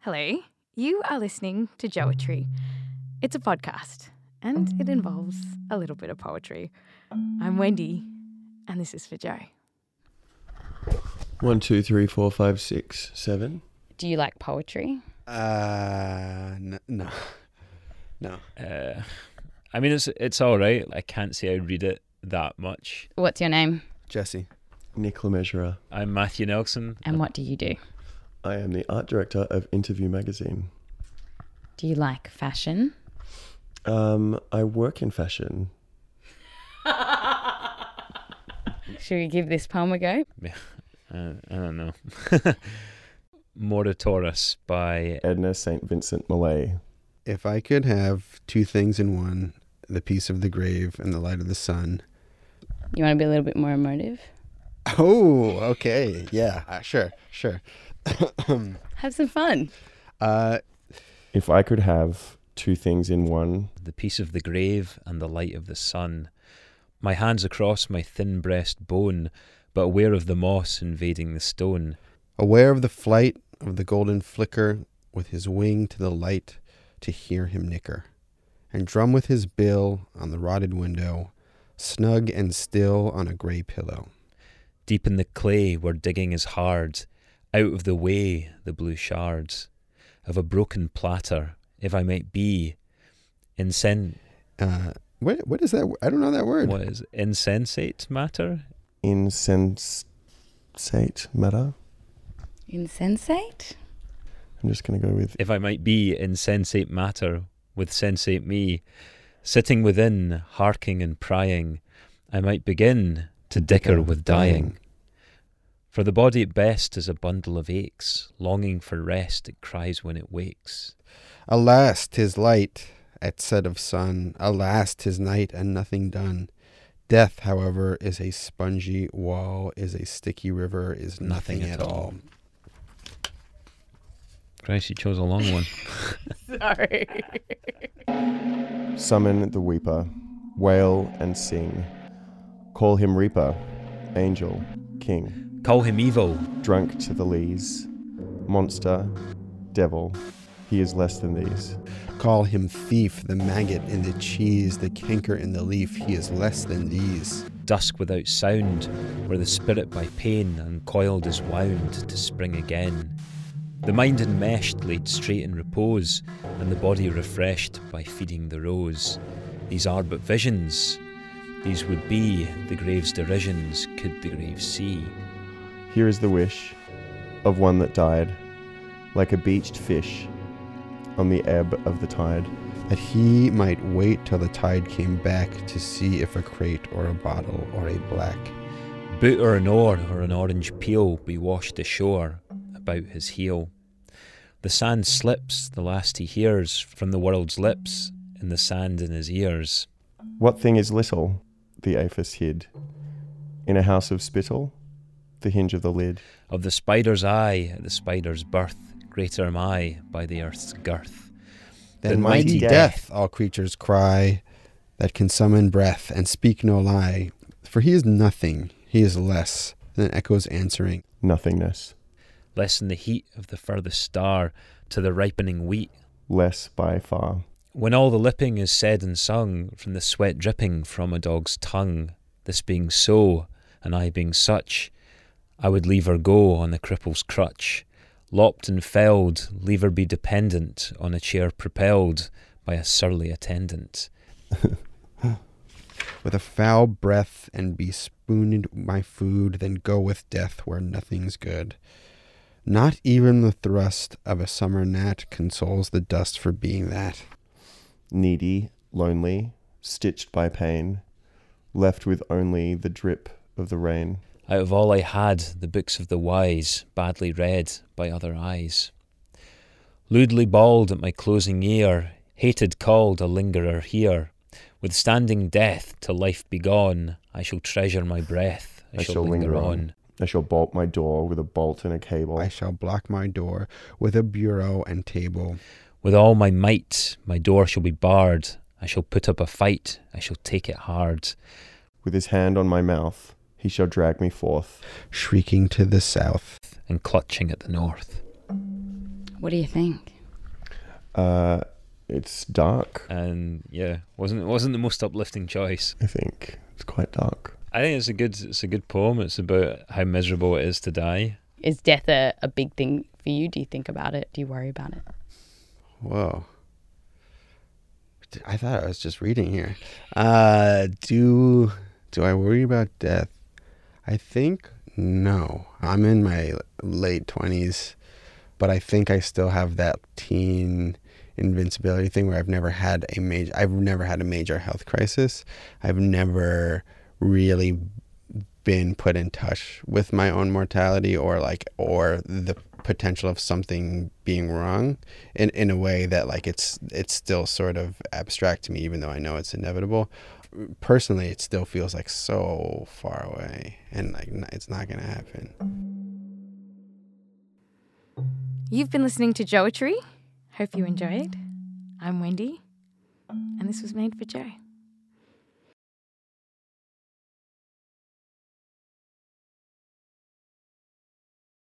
Hello, you are listening to Joetry. It's a podcast and it involves a little bit of poetry. I'm Wendy and this is for Joe. One, two, three, four, five, six, seven. Do you like poetry? Uh, n- no, no. Uh, I mean, it's it's all right. I can't say I read it that much. What's your name Jesse, Nick Lemessurier. I'm Matthew Nelson. and what do you do? I am the art director of Interview Magazine. Do you like fashion? Um, I work in fashion. Should we give this poem a go? Uh, I don't know. Moritorus by Edna St. Vincent Millay. if I could have two things in one, the peace of the grave and the light of the sun. You want to be a little bit more emotive? Oh, okay, yeah, uh, sure, sure. Have some fun. Uh, If I could have two things in one, the peace of the grave and the light of the sun. My hands across my thin breast bone, but aware of the moss invading the stone. aware of the flight of the golden flicker, with his wing to the light, to hear him nicker, and drum with his bill on the rotted window, snug and still on a gray pillow. Deep in the clay where digging is hard, out of the way the blue shards of a broken platter, if I might be insen Uh, what what is that? I don't know that word. what is it? insensate matter? insensate matter. Insensate? I'm just going to go with if I might be insensate matter with sensate me, sitting within, harking and prying, I might begin to dicker with dying. For the body at best is a bundle of aches, longing for rest it cries when it wakes. Alas, 'tis light at set of sun. Alas, 'tis night and nothing done. Death, however, is a spongy wall, is a sticky river, is nothing, at, all. Christ, you chose a long one. Sorry. Summon the weeper, wail and sing. Call him reaper, angel, king. Call him evil. Drunk to the lees, monster, devil. He is less than these. Call him thief, the maggot in the cheese, the canker in the leaf, he is less than these. Dusk without sound, where the spirit by pain uncoiled is wound to spring again. The mind enmeshed, laid straight in repose, and the body refreshed by feeding the rose. These are but visions. These would be the grave's derisions, could the grave see. Here is the wish of one that died, like a beached fish on the ebb of the tide. That he might wait till the tide came back to see if a crate or a bottle or a black. Boot or an oar or an orange peel be washed ashore about his heel. The sand slips, the last he hears from the world's lips, in the sand in his ears. What thing is little? The aphis hid. In a house of spittle, the hinge of the lid. Of the spider's eye at the spider's birth, greater am I by the earth's girth. Then mighty death, all creatures cry, that can summon breath and speak no lie. For he is nothing, he is less than echoes answering. Nothingness, Lessen the heat of the furthest star to the ripening wheat. less by far. When all the lipping is said and sung, from the sweat dripping from a dog's tongue, this being so, and I being such, I would leave her go on the cripple's crutch. Lopped and felled, leave her be dependent on a chair propelled by a surly attendant. with a foul breath and be spooned my food, then go with death where nothing's good. Not even the thrust of a summer gnat consoles the dust for being that. Needy, lonely, stitched by pain, left with only the drip of the rain. Out of all I had, the books of the wise, badly read by other eyes. Lewdly bawled at my closing ear, hated called a lingerer here. Withstanding death till life be gone, I shall treasure my breath, I, shall, linger, on. I shall bolt my door with a bolt and a cable. I shall block my door with a bureau and table. With all my might, my door shall be barred. I shall put up a fight, I shall take it hard. With his hand on my mouth, he shall drag me forth. Shrieking to the south, And clutching at the north. What do you think? Uh, it's dark, And yeah, wasn't wasn't the most uplifting choice. I think. It's quite dark. I think it's a good it's a good poem. It's about how miserable it is to die. Is death a, a big thing for you? Do you think about it? Do you worry about it? Whoa. D- I thought I was just reading here. Uh, do do I worry about death? I think no. I'm in my late twenties, but I think I still have that teen invincibility thing where I've never had a major. I've never had a major health crisis. I've never really been put in touch with my own mortality or like or the potential of something being wrong in in a way that like it's it's still sort of abstract to me even though I know it's inevitable personally it still feels like so far away and like n- it's not going to happen You've been listening to Joetry. Hope you enjoyed. I'm Wendy, and this was made for Joe.